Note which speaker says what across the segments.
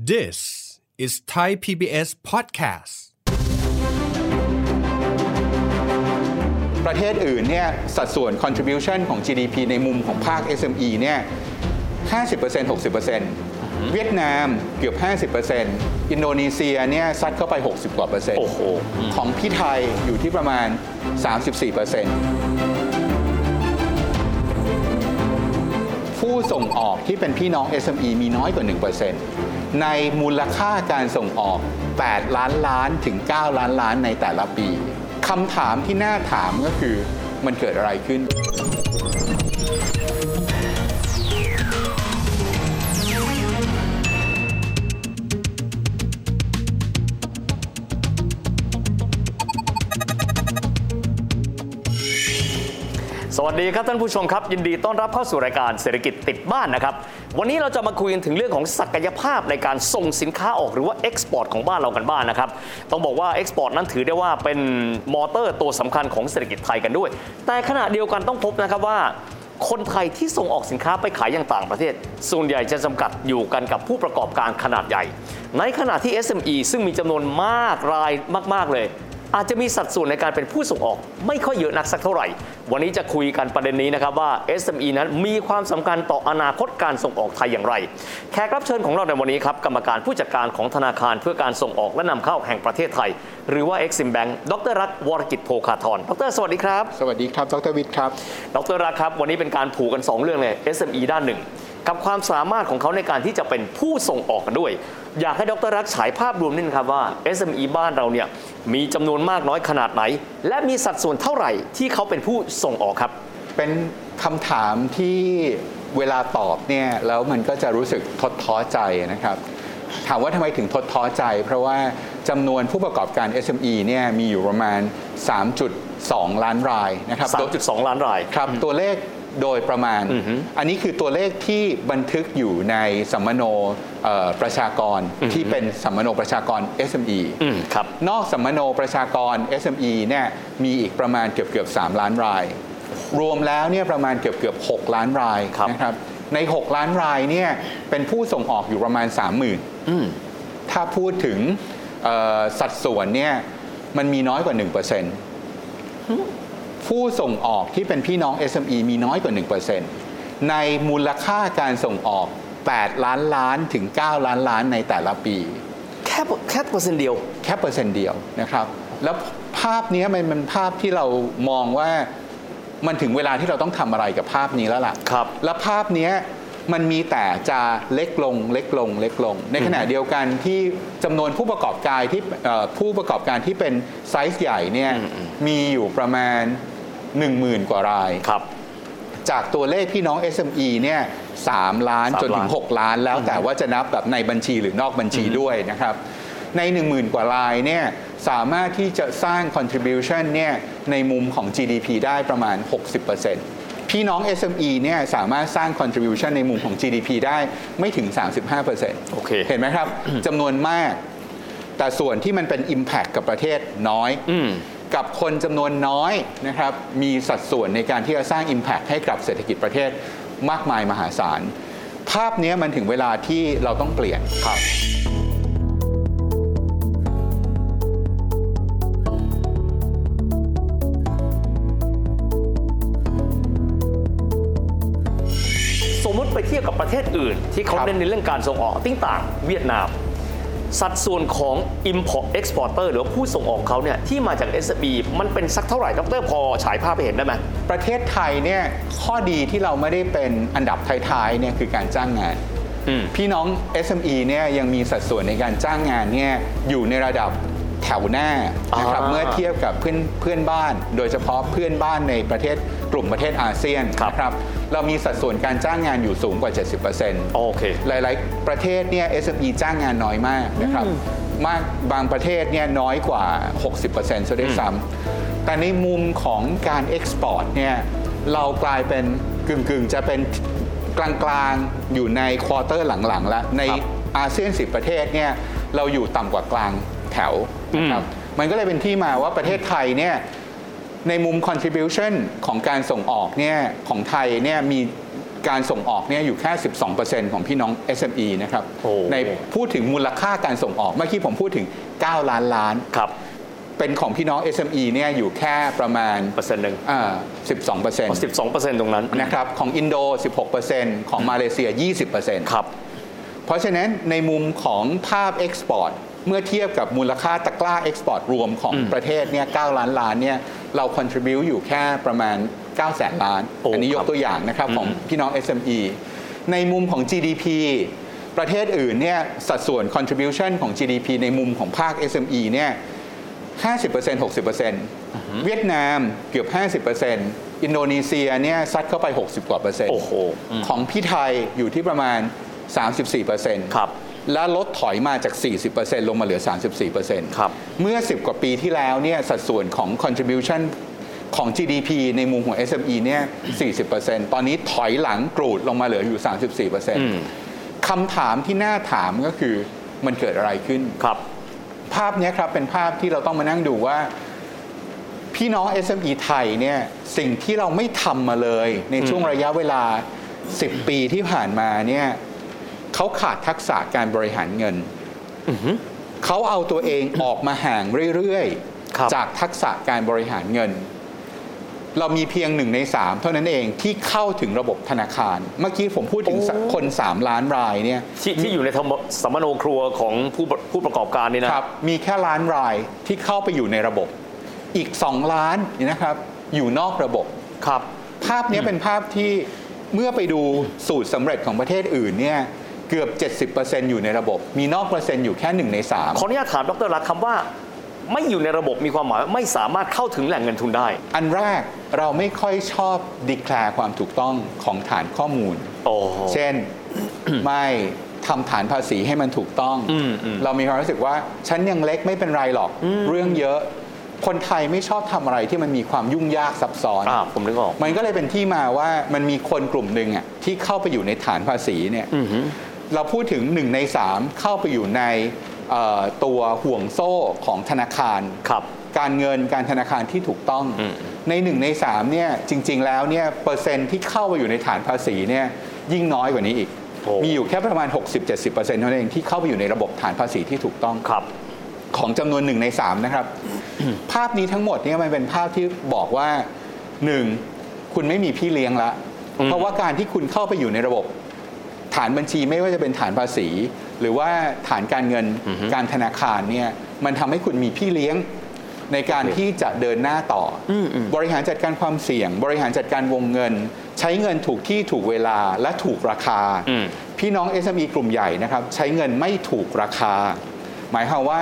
Speaker 1: This is Thai PBS podcast.
Speaker 2: ประเทศอื่นเนี่ยสัดส่วน contribution ของ GDP ในมุมของภาค SME เนี่ย50% 60%เวียดนามเกือบ 50%อินโดนีเซียเนี่ยซัดเข้าไป 60 กว่าเปอร์เซ็นต์
Speaker 3: โอ้โห
Speaker 2: ของพี่ไทยอยู่ที่ประมาณ 34%ผู้ส่งออกที่เป็นพี่น้อง SME มีน้อยกว่า 1%ในมูลค่าการส่งออก 8 ล้านล้านถึง 9 ล้านล้านในแต่ละปีคำถามที่น่าถามก็คือมันเกิดอะไรขึ้น
Speaker 3: สวัสดีครับท่านผู้ชมครับ ยินดีต้อนรับเข้าสู่รายการเศรษฐกิจติดบ้านนะครับ วันนี้เราจะมาคุยกันถึงเรื่องของศักยภาพในการส่งสินค้าออกหรือว่าเอ็กซ์พอร์ตของบ้านเรากันบ้างนนะครับ ต้องบอกว่าเอ็กซ์พอร์ตนั้นถือได้ว่าเป็นมอเตอร์ตัวสำคัญของเศรษฐกิจไทยกันด้วย แต่ขณะเดียวกันต้องพบนะครับว่า คนไทยที่ส่งออกสินค้าไปขายยังต่างประเทศ ส่วนใหญ่จะจำกัดอยู่กันกับผู้ประกอบการขนาดใหญ่ ในขณะที่ SME ซึ่งมีจำนวนมากรายมาก ๆ เลย อาจจะมีสัดส่วนในการเป็นผู้ส่งออก ไม่ค่อยเยอะนักสักเท่าไหร่ วันนี้จะคุยกันประเด็นนี้นะครับว่า SME นั้นมีความสำคัญต่ออนาคตการส่งออกไทยอย่างไร แขกรับเชิญของเราในวันนี้ครับกรรมการผู้จัดการของธนาคารเพื่อการส่งออกและนำเข้าแห่งประเทศไทย หรือว่า Exim Bank ดรรักวรกิจโพคาทรดรสวัสดีครับ
Speaker 2: สวัสดีครับ ดรวิทย์ครับ
Speaker 3: ดรรักครับ วันนี้เป็นการผูกกัน 2 เรื่องเลย SME ด้านหนึ่ง กับความสามารถของเขาในการที่จะเป็นผู้ส่งออกกันด้วย อยากให้ดรรักฉายภาพรวมนิดนึงครับว่า SME บ้านเราเนี่ยมีจำนวนมากน้อยขนาดไหน และมีสัดส่วนเท่าไหร่ที่เขาเป็นผู้ส่งออกครับ
Speaker 2: เป็นคำถามที่เวลาตอบเนี่ยแล้วมันก็จะรู้สึกทดท้อใจนะครับ ถามว่าทำไมถึงทดท้อใจ เพราะว่าจำนวนผู้ประกอบการ SME เนี่ยมีอยู่ประมาณ 3.2 ล้านรายนะครับ
Speaker 3: 3.2 ล้านราย
Speaker 2: ครับตัวเลขโดยประมาณ
Speaker 3: อือฮึ
Speaker 2: อันนี้คือตัวเลขที่บันทึกอยู่ในสัมมโนเอ่อประชากร
Speaker 3: อือฮึ
Speaker 2: ที่เป็นสัมมโนประชากร SME
Speaker 3: อืมครับ
Speaker 2: นอกสัมมโนประชากร SME เนี่ยมีอีกประมาณเกือบเกือบๆ3ล้านราย รวมแล้วเนี่ยประมาณเกือบเกือบๆ6ล้านราย
Speaker 3: ครับ
Speaker 2: นะครับใน 6 ล้านรายเนี่ยเป็นผู้ส่งออกอยู่ประมาณ 30,000
Speaker 3: อืม
Speaker 2: ถ้าพูดถึงเอ่อสัดส่วนเนี่ยมันมีน้อยกว่า 1%ผู้ส่งออกที่เป็นพี่น้อง SME มีน้อยกว่า 1%ในมูลค่าการส่งออก 8 ล้านล้านถึง 9 ล้านล้านในแต่ละปี
Speaker 3: แค่แค่เปอร์เซ็นต์เดียว
Speaker 2: แค่เปอร์เซ็นต์เดียวนะครับ แล้วภาพเนี้ยมันเป็นภาพที่เรามองว่ามันถึงเวลาที่เราต้องทำอะไรกับภาพนี้แล้วล่ะ
Speaker 3: ครับ
Speaker 2: และภาพเนี้ยมันมีแต่จะเล็กลงเล็กลงเล็กลง ในขณะเดียวกันที่จำนวนผู้ประกอบการที่เอ่อผู้ประกอบการที่เป็นไซส์ใหญ่เนี่ยมีอยู่ประมาณ 10,000 กว่าราย
Speaker 3: ครับ
Speaker 2: จากตัวเลขพี่น้อง SME เนี่ยสามล้าน
Speaker 3: สาม
Speaker 2: จนถึง
Speaker 3: ล้าน
Speaker 2: 6 ล้านแล้วแต่ว่าจะนับแบบในบัญชีหรือนอกบัญชีด้วยนะครับ ใน 10,000 กว่ารายเนี่ยสามารถที่จะสร้าง contribution เนี่ยในมุมของ GDP ได้ประมาณ 60%พี่น้อง SME เนี่ยสามารถสร้าง contribution ในมุมของ GDP ได้ไม่ถึง 35%
Speaker 3: โอเค
Speaker 2: เห็นไหมครับจำนวนมาก แต่ส่วนที่มันเป็น Impact กับประเทศน้อย
Speaker 3: อืม
Speaker 2: กับคนจำนวนน้อยนะครับมีสัดส่วนในการที่จะสร้าง Impact ให้กับเศรษฐกิจประเทศมากมายมหาศาล ภาพเนี้ยมันถึงเวลาที่เราต้องเปลี่ยนครับ
Speaker 3: สมมติไปเทียบกับประเทศอื่น ที่เขา
Speaker 2: ครับ
Speaker 3: เน้นในเรื่องการส่งออกติ้งต่างเวียดนาม สัดส่วนของ import exporter หรือว่าผู้ส่งออกเขาเนี่ยที่มาจาก SB มันเป็นสักเท่าไหร่ดรพอฉายภาพไปเห็นได้ไหม
Speaker 2: ประเทศไทยเนี่ยข้อดีที่เราไม่ได้เป็นอันดับท้ายๆเนี่ยคือการจ้างงาน
Speaker 3: อืม
Speaker 2: พี่น้อง SME เนี่ยยังมีสัดส่วนในการจ้างงานเนี่ยอยู่ในระดับแถวหน้านะครับ
Speaker 3: อ่า
Speaker 2: เมื่อเทียบกับเพื่อนเพื่อนบ้าน โดยเฉพาะเพื่อนบ้านในประเทศกลุ่มประเทศอาเซียน
Speaker 3: ครับ
Speaker 2: นะครับเรามีสัดส่วนการจ้างงานอยู่สูงกว่า 70%
Speaker 3: โอเค
Speaker 2: หลาย ๆ ประเทศเนี่ย SME จ้างงานน้อยมากนะครับ มากบางประเทศเนี่ยน้อยกว่า 60%ซะด้วยซ้ำแต่ในมุมของการเอ็กซ์พอร์ตเนี่ยเรากลายเป็นกึ่ง ๆ จะเป็นกลาง ๆ อยู่ในควอเตอร์หลัง ๆ แล้ว ใน
Speaker 3: ครับ
Speaker 2: อาเซียน 10 ประเทศเนี่ยเราอยู่ต่ำกว่ากลางแถวนะครับ
Speaker 3: อืม
Speaker 2: มันก็เลยเป็นที่มาว่าประเทศไทยเนี่ยในมุม contribution ของการส่งออกเนี่ยของไทยเนี่ยมี การส่งออกเนี่ยอยู่แค่ 12%ของพี่น้อง SME นะครับ
Speaker 3: โอ้
Speaker 2: ในพูดถึงมูลค่าการส่งออก เมื่อกี้ผมพูดถึง 9 ล้านล้าน
Speaker 3: ครับ
Speaker 2: เป็นของพี่น้อง SME เนี่ยอยู่แค่ประมาณ
Speaker 3: เปอร์เซ็นต์หนึ่ง
Speaker 2: อ่า12เปอร์เซ็นต์
Speaker 3: สิบสองเปอร์เซ็นต์ตรงนั้น
Speaker 2: นะครับ ของอินโด 16เปอร์เซ็นต์ของมาเลเซีย 20เปอร์เซ็นต์
Speaker 3: ครับ
Speaker 2: เพราะฉะนั้นในมุมของภาพเอ็กซ์พอร์ตเมื่อเทียบกับมูลค่าตะกร้าเอ็กซ์พอร์ตรวมของประเทศเนี่ยเก้าล้านล้านเนี่ยเราคอนทริบิวอยู่แค่ประมาณ9แสนล้าน
Speaker 3: โอ้
Speaker 2: อันนี้ย
Speaker 3: ครั
Speaker 2: ก
Speaker 3: บ
Speaker 2: ตัวอย่างนะครับของพี่น้อง SME ในมุมของ GDP ประเทศอื่นเนี่ยสัดส่วน contribution ของ GDP ในมุมของภาค SME เนี่ย 50% 60%เวียดนามเกือบ 50%อินโดนีเซียเนี่ยซัดเข้าไป 60 กว่าเปอร์เซ็นต์
Speaker 3: โอ้โหอืม
Speaker 2: ของพี่ไทยอยู่ที่ประมาณ 34%
Speaker 3: ครับ
Speaker 2: และลดถอยมาจาก 40%ลงมาเหลือ 34%
Speaker 3: ครับ
Speaker 2: เมื่อ 10 กว่าปีที่แล้วเนี่ยสัดส่วนของ contribution ของ GDP ในมุมของ SME เนี่ย 40%ตอนนี้ถอยหลังกรูดลงมาเหลืออยู่ 34%คำถามที่น่าถามก็คือมันเกิดอะไรขึ้น
Speaker 3: ครับ
Speaker 2: ภาพเนี้ยครับเป็นภาพที่เราต้องมานั่งดูว่า พี่น้อง SME ไทยเนี่ยสิ่งที่เราไม่ทำมาเลย ในช่วงระยะเวลา 10 ปีที่ผ่านมาเนี่ยเขาขาดทักษะการบริหารเงิน เขาเอาตัวเองออกมาห่างเรื่อย
Speaker 3: ครับ
Speaker 2: ๆ จากทักษะการบริหารเงิน เรามีเพียงหนึ่งในสามเท่านั้นเองที่เข้าถึงระบบธนาคาร เมื่อกี้ผมพูดถึงคน 3 ล้านรายเนี่ย
Speaker 3: ที่ที่อยู่ในธรรมสัมมโนครัวของผู้ประผู้ประกอบการนี่นะ
Speaker 2: ครับมีแค่ล้านรายที่เข้าไปอยู่ในระบบ อีก 2 ล้านเนี่ยนะครับอยู่นอกระบบ
Speaker 3: ครับ
Speaker 2: ภาพเนี้ยเป็นภาพที่เมื่อไปดูสูตรสำเร็จของประเทศอื่นเนี่ยเกือบ 70%อยู่ในระบบ มีนอกเปอร์เซ็นต์อยู่แค่1ใน
Speaker 3: ขออนุญาตถามดรรักคำว่า ไม่อยู่ในระบบมีความหมายว่าไม่สามารถเข้าถึงแหล่งเงินทุนได้
Speaker 2: 3 อันแรกเราไม่ค่อยชอบดีแคลร์ความถูกต้องของฐานข้อมูล
Speaker 3: โอ้
Speaker 2: เช่น ไม่ทำฐานภาษีให้มันถูกต้อง
Speaker 3: อืมอืม
Speaker 2: เรามีความรู้สึกว่าฉันยังเล็กไม่เป็นไรหรอก เรื่องเยอะ คนไทยไม่ชอบทำอะไรที่มันมีความยุ่งยากซับซ้อน
Speaker 3: อ่าผมนึกออก
Speaker 2: มันก็เลยเป็นที่มาว่ามันมีคนกลุ่มหนึ่งอ่ะที่เข้าไปอยู่ในฐานภาษีเนี่ยเราพูดถึงหนึ่งในสามเข้าไปอยู่ในเอ่อตัวห่วงโซ่ของธนาคาร
Speaker 3: ครับ
Speaker 2: การเงินการธนาคารที่ถูกต้อง
Speaker 3: อืม
Speaker 2: ในหนึ่งในสามเนี่ยจริง ๆ แล้วเนี่ยเปอร์เซ็นต์ที่เข้าไปอยู่ในฐานภาษีเนี่ยยิ่งน้อยกว่านี้อีก
Speaker 3: โอ้
Speaker 2: มีอยู่แค่ประมาณ 60-70%เท่านั้นเองที่เข้าไปอยู่ในระบบฐานภาษีที่ถูกต้อง
Speaker 3: ครับ
Speaker 2: ของจำนวนหนึ่งในสามนะครับ ภาพนี้ทั้งหมดเนี่ยมันเป็นภาพที่บอกว่าหนึ่งคุณไม่มีพี่เลี้ยงละ
Speaker 3: อืม
Speaker 2: เพราะว่าการที่คุณเข้าไปอยู่ในระบบ ฐานบัญชีไม่ว่าจะเป็นฐานภาษี หรือว่าฐานการเงินการธนาคารเนี่ยมันทำให้คุณมีพี่เลี้ยงในการที่จะเดินหน้าต่อออบริหารจัดการความเสี่ยง บริหารจัดการวงเงิน ใช้เงินถูกที่ถูกเวลาและถูกราคา
Speaker 3: อืม
Speaker 2: พี่น้อง SME กลุ่มใหญ่นะครับ ใช้เงินไม่ถูกราคา หมายความว่า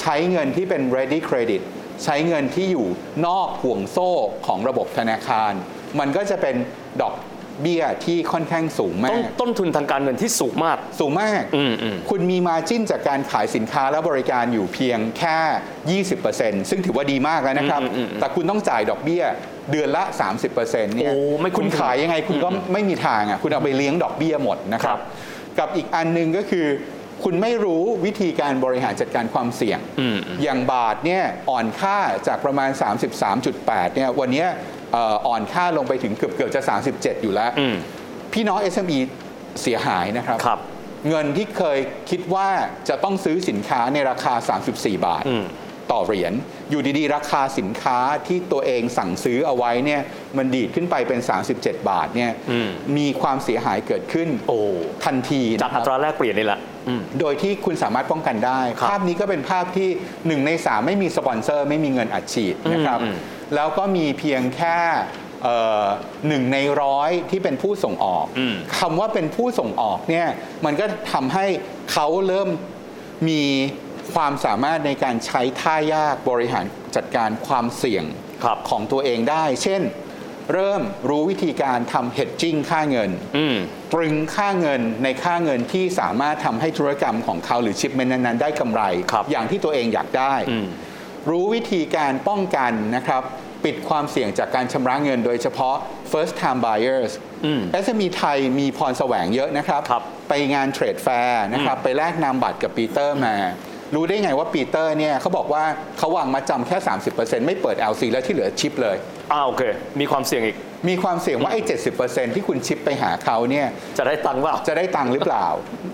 Speaker 2: ใช้เงินที่เป็น ready credit ใช้เงินที่อยู่นอกห่วงโซ่ของระบบธนาคาร มันก็จะเป็นดอกเบี้ยที่ค่อนข้างสูงมา
Speaker 3: ต้น
Speaker 2: ก
Speaker 3: ต้นทุนทางการเงินที่สูงมาก
Speaker 2: สูงมาก
Speaker 3: อืมอืม
Speaker 2: คุณมีมาจิ้นจากการขายสินค้าและบริการอยู่เพียงแค่ 20%ซึ่งถือว่าดีมากแล้วนะครับ แต่คุณต้องจ่ายดอกเบี้ยเดือนละ 30%เนี่ย
Speaker 3: โอ้ไม่คุ้
Speaker 2: คุ
Speaker 3: ม
Speaker 2: ณขายยังไงคุณก็ไม่มีทางอ่ะคุณเอาไปเลี้ยงดอกเบี้ยหมดนะค
Speaker 3: ครั
Speaker 2: รับ
Speaker 3: บ
Speaker 2: กับอีกอันหนึงก็คือ คุณไม่รู้วิธีการบริหารจัดการความเสี่ยง อย่างบาทเนี่ยอ่อนค่าจากประมาณ 33.8เนี่ยวันเนี้ยเอ่ออ่อนค่าลงไปถึงเกือบเกือบจะ 37 อยู่แล้ว
Speaker 3: อืม
Speaker 2: พี่น้อง SME เสียหายนะครับ
Speaker 3: ครับ
Speaker 2: เงินที่เคยคิดว่าจะต้องซื้อสินค้าในราคา 34 บาท
Speaker 3: อืม
Speaker 2: ต่อเหรียญ อยู่ดีๆ ราคาสินค้าที่ตัวเองสั่งซื้อเอาไว้เนี่ยมันดีดขึ้นไปเป็น 37 บาทเนี่ยมีความเสียหายเกิดขึ้น
Speaker 3: โอ้
Speaker 2: ทันที
Speaker 3: จาก
Speaker 2: นะค
Speaker 3: อั
Speaker 2: รับ
Speaker 3: ตราแลกเปลี่ยนนี่แหละ อืม
Speaker 2: โดยที่คุณสามารถป้องกันได้
Speaker 3: ครับ
Speaker 2: ภาพนี้ก็เป็นภาพที่หนึ่งในสามไม่มีสปอนเซอร์ ไม่มีเงินอัดฉีดนะครับ แล้วก็มีเพียงแค่เอ่อหนึ่งในร้อยที่เป็นผู้ส่งออก
Speaker 3: อืม
Speaker 2: คำว่าเป็นผู้ส่งออกเนี่ยมันก็ทำให้เขาเริ่มมีความสามารถในการใช้ท่ายากบริหารจัดการความเสี่ยง
Speaker 3: ครับ
Speaker 2: ของตัวเองได้ เช่น เริ่มรู้วิธีการทำ hedging ค่าเงิน
Speaker 3: อืม
Speaker 2: ตรึงค่าเงินในค่าเงินที่สามารถทำให้ธุรกรรมของเขาหรือชิปเมนนั้นๆได้กำไร
Speaker 3: ครับ
Speaker 2: อย่างที่ตัวเองอยากได้
Speaker 3: อืม
Speaker 2: รู้วิธีการป้องกันนะครับ ปิดความเสี่ยงจากการชำระเงินโดยเฉพาะ first time buyers
Speaker 3: อืม
Speaker 2: SME ไทยมีพรแสวงเยอะนะครับ
Speaker 3: ครับ
Speaker 2: ไปงานเทรดแฟร์นะครับ ไปแลกนามบัตรกับปีเตอร์มา รู้ได้ไงว่าปีเตอร์เนี่ยเขาบอกว่าเขาวางมาจำแค่ 30%ไม่เปิด LC แล้วที่เหลือชิปเลย
Speaker 3: อ่าโอเค มีความเสี่ยงอีก
Speaker 2: มีความเสี่ยงว่าไอ้70%ที่คุณชิปไปหาเขาเนี่ย
Speaker 3: จะได้ตังค์เปล่า
Speaker 2: จะได้ตังค์หรือเปล่า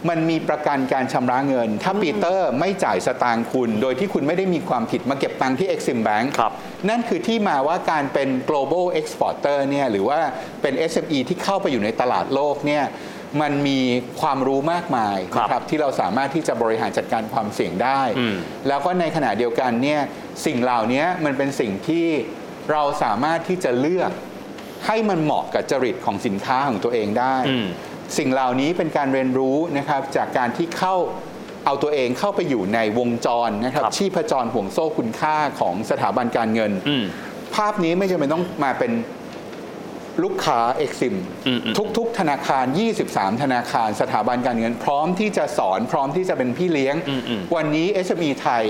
Speaker 2: มันมีประกันการชำระเงิน ถ้าปีเตอร์ไม่จ่ายสตางค์คุณ โดยที่คุณไม่ได้มีความผิดมาเก็บตังค์ที่ Exim Bank
Speaker 3: ครับ
Speaker 2: นั่นคือที่มาว่าการเป็น global exporter เนี่ยหรือว่าเป็น SME ที่เข้าไปอยู่ในตลาดโลกเนี่ยมันมีความรู้มากมาย
Speaker 3: ครับ
Speaker 2: นะที่เราสามารถที่จะบริหารจัดการความเสี่ยงได้
Speaker 3: อืม
Speaker 2: แล้วก็ในขณะเดียวกันเนี่ยสิ่งเหล่านี้มันเป็นสิ่งที่เราสามารถที่จะเลือกให้มันเหมาะกับจริตของสินค้าของตัวเองได้
Speaker 3: อืม
Speaker 2: สิ่งเหล่านี้เป็นการเรียนรู้นะครับจากการที่เข้าเอาตัวเองเข้าไปอยู่ในวงจรนะครับ
Speaker 3: ครับ
Speaker 2: ชีพจรห่วงโซ่คุณค่าของสถาบันการเงิน
Speaker 3: อืม
Speaker 2: ภาพนี้ไม่จำเป็นต้องมาเป็นลูกค้าเอกซิม
Speaker 3: อืมอืม
Speaker 2: ทุกๆ ธนาคาร 23 ธนาคาร สถาบันการเงิน พร้อมที่จะสอนพร้อมที่จะเป็นพี่เลี้ยง วันนี้ SME ไทย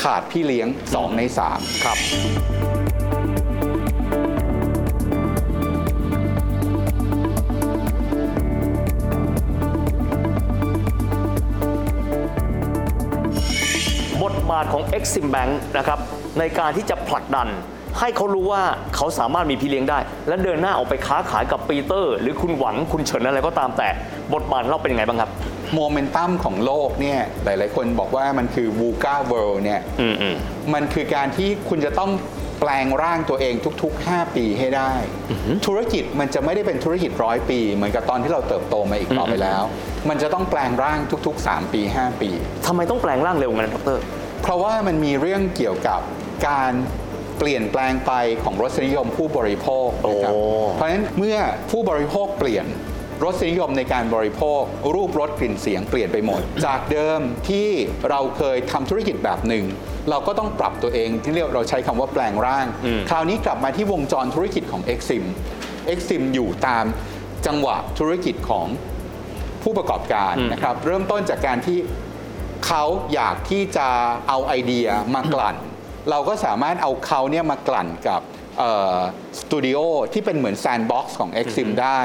Speaker 2: ขาดพี่เลี้ยง 2 ใน 3
Speaker 3: ครับ บทบาทของ Exim Bank นะครับในการที่จะผลักดัน ให้เขารู้ว่าเขาสามารถมีพี่เลี้ยงได้ และเดินหน้าออกไปค้าขายกับปีเตอร์ หรือคุณหวังคุณเฉินอะไรก็ตามแต่ บทบาทเราเป็นยังไงบ้างครับ
Speaker 2: โมเมนตัมของโลกเนี่ยหลาย ๆ คนบอกว่ามันคือวูกาเวิลด์เนี่ย
Speaker 3: อืมอืม
Speaker 2: มันคือการที่คุณจะต้องแปลงร่างตัวเองทุก ๆ 5 ปีให้ได้ ธุรกิจมันจะไม่ได้เป็นธุรกิจร้อยปี เหมือนกับตอนที่เราเติบโตมาอีกต่อไปแล้ว มันจะต้องแปลงร่างทุก ๆ 3 ปี 5 ปี
Speaker 3: ทำไมต้องแปลงร่างเร็วงั้นดร
Speaker 2: เพราะว่ามันมีเรื่องเกี่ยวกับการเปลี่ยนแปลงไปของรสนิยมผู้บริโภคนะครับ
Speaker 3: โอ้
Speaker 2: เพราะฉะนั้นเมื่อผู้บริโภคเปลี่ยนรสนิยมในการบริโภค รูปรสกลิ่นเสียงเปลี่ยนไปหมด จากเดิมที่เราเคยทำธุรกิจแบบหนึ่ง เราก็ต้องปรับตัวเองที่เรียกเราใช้คำว่าแปลงร่าง คราวนี้กลับมาที่วงจรธุรกิจของ Exim Exim อยู่ตามจังหวะธุรกิจของ ผู้ประกอบการนะครับเริ่มต้นจากการที่เขาอยากที่จะเอาไอเดียมากลั่น เราก็สามารถเอาเขาเนี่ยมากลั่นกับสตูดิโอ studio ที่เป็นเหมือนแซนด์บ็อกซ์ของ Exim ได้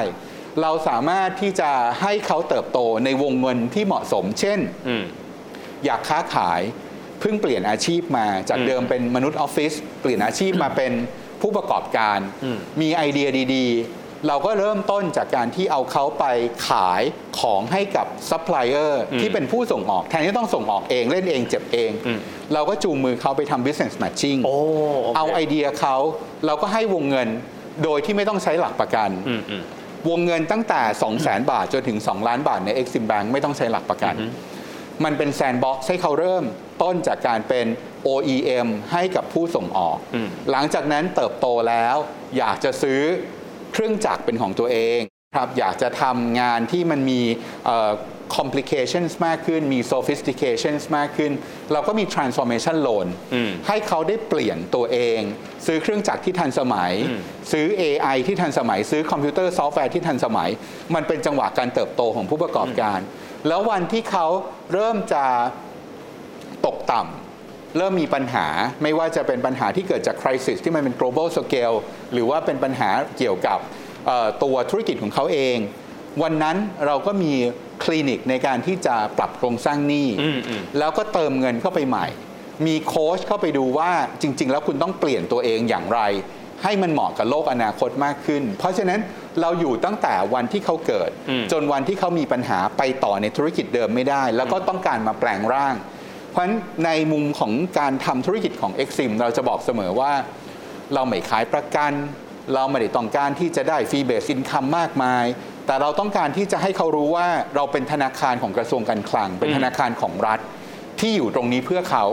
Speaker 2: เราสามารถที่จะให้เขาเติบโตในวงเงินที่เหมาะสม เช่น
Speaker 3: อืม
Speaker 2: อยากค้าขายเพิ่งเปลี่ยนอาชีพมาจากเดิมเป็นมนุษย์ออฟฟิศเปลี่ยนอาชีพมาเป็นผู้ประกอบการ
Speaker 3: อืม
Speaker 2: มีไอเดียดีๆ เราก็เริ่มต้นจากการที่เอาเขาไปขายของให้กับซัพพลายเออร์ที่เป็นผู้ส่งออก แทนที่ต้องส่งออกเองเล่นเองเจ็บเอง เราก็จูงมือเขาไปทำ business matching
Speaker 3: โอ้โค
Speaker 2: เอาไอเดียเขาเราก็ให้วงเงินโดยที่ไม่ต้องใช้หลักประกัน
Speaker 3: อืมอืม
Speaker 2: วงเงินตั้งแต่ 2 0 0 0 0 0 บาท จนถึง 2 ล้านบาทใน Exim Bank ไม่ต้องใช้หลักประกัน มันเป็นแซนด์บ็อกซ์ให้เขาเริ่มต้นจากการเป็น OEM ให้กับผู้ส่งออก
Speaker 3: อืม
Speaker 2: หลังจากนั้นเติบโตแล้ว อยากจะซื้อเครื่องจักรเป็นของตัวเองครับอยากจะทำงานที่มันมีเอ่อ complications มากขึ้น มี sophistications มากขึ้น เราก็มี transformation loan
Speaker 3: อืม
Speaker 2: ให้เขาได้เปลี่ยนตัวเอง ซื้อเครื่องจักรที่ทันสมัย ซื้อ AI ที่ทันสมัย ซื้อคอมพิวเตอร์ซอฟต์แวร์ที่ทันสมัย มันเป็นจังหวะการเติบโตของผู้ประกอบการ แล้ววันที่เขาเริ่มจะตกต่ำเริ่มมีปัญหาไม่ว่าจะเป็นปัญหาที่เกิดจากคริสิสที่มันเป็น global scale หรือว่าเป็นปัญหาเกี่ยวกับเอ่อตัวธุรกิจของเขาเอง วันนั้นเราก็มีคลินิกในการที่จะปรับโครงสร้างหนี้
Speaker 3: อืมอืม
Speaker 2: แล้วก็เติมเงินเข้าไปใหม่ มีโค้ชเข้าไปดูว่าจริง ๆ แล้วคุณต้องเปลี่ยนตัวเองอย่างไร ให้มันเหมาะกับโลกอนาคตมากขึ้น เพราะฉะนั้นเราอยู่ตั้งแต่วันที่เขาเกิด
Speaker 3: อืม
Speaker 2: จนวันที่เขามีปัญหาไปต่อในธุรกิจเดิมไม่ได้ แล้วก็ต้องการมาแปลงร่าง เพราะฉะนั้นในมุมของการทำธุรกิจของ Exim เราจะบอกเสมอว่า เราไม่ขายประกัน เราไม่ได้ต้องการที่จะได้ฟรีเบสอินคัมมากมาย แต่เราต้องการที่จะให้เขารู้ว่าเราเป็นธนาคารของกระทรวงการคลัง เป็นธนาคารของรัฐที่อยู่ตรงนี้เพื่อเขา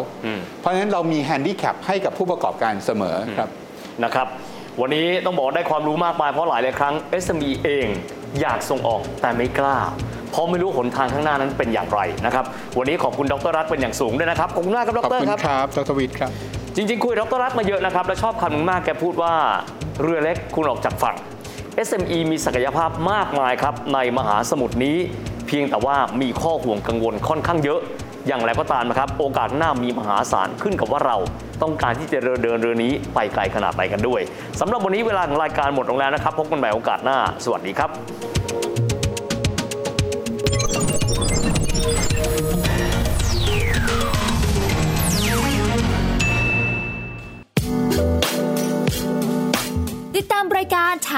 Speaker 2: เพราะฉะนั้นเรามีแฮนดี้แคปให้กับผู้ประกอบการเสมอครับ
Speaker 3: นะครับ วันนี้ต้องบอกได้ความรู้มากมายเพราะหลายหลายครั้ง SME เองอยากส่งออกแต่ไม่กล้า เพราะไม่รู้หนทางข้างหน้านั้นเป็นอย่างไรนะครับ วันนี้ขอบคุณดรรักเป็นอย่างสูงด้วยนะครับ ขอบคุณมากครับด
Speaker 2: ขอบ
Speaker 3: ร
Speaker 2: คุณ
Speaker 3: ครับ
Speaker 2: ครับดรวิทย์ครับ
Speaker 3: จริงๆ คุยดรรักมาเยอะนะครับ และชอบคำหนึงมากแกพูดว่าเรือเล็กคุณออกจากฝั่ง SME มีศักยภาพมากมายครับ ในมหาสมุทรนี้ เพียงแต่ว่ามีข้อห่วงกังวลค่อนข้างเยอะ อย่างไรก็ตามนะครับ โอกาสหน้ามีมหาศาลขึ้นกับว่าเราต้องการที่จะเดินเดินเรือนี้ไปไกลขนาดไหนกันด้วยสำหรับวันนี้เวลาของรายการหมดลงแล้วนะครับพบกันใหม่โอกาสหน้า สวัสดีครับ
Speaker 4: ติดตามรายการไท ท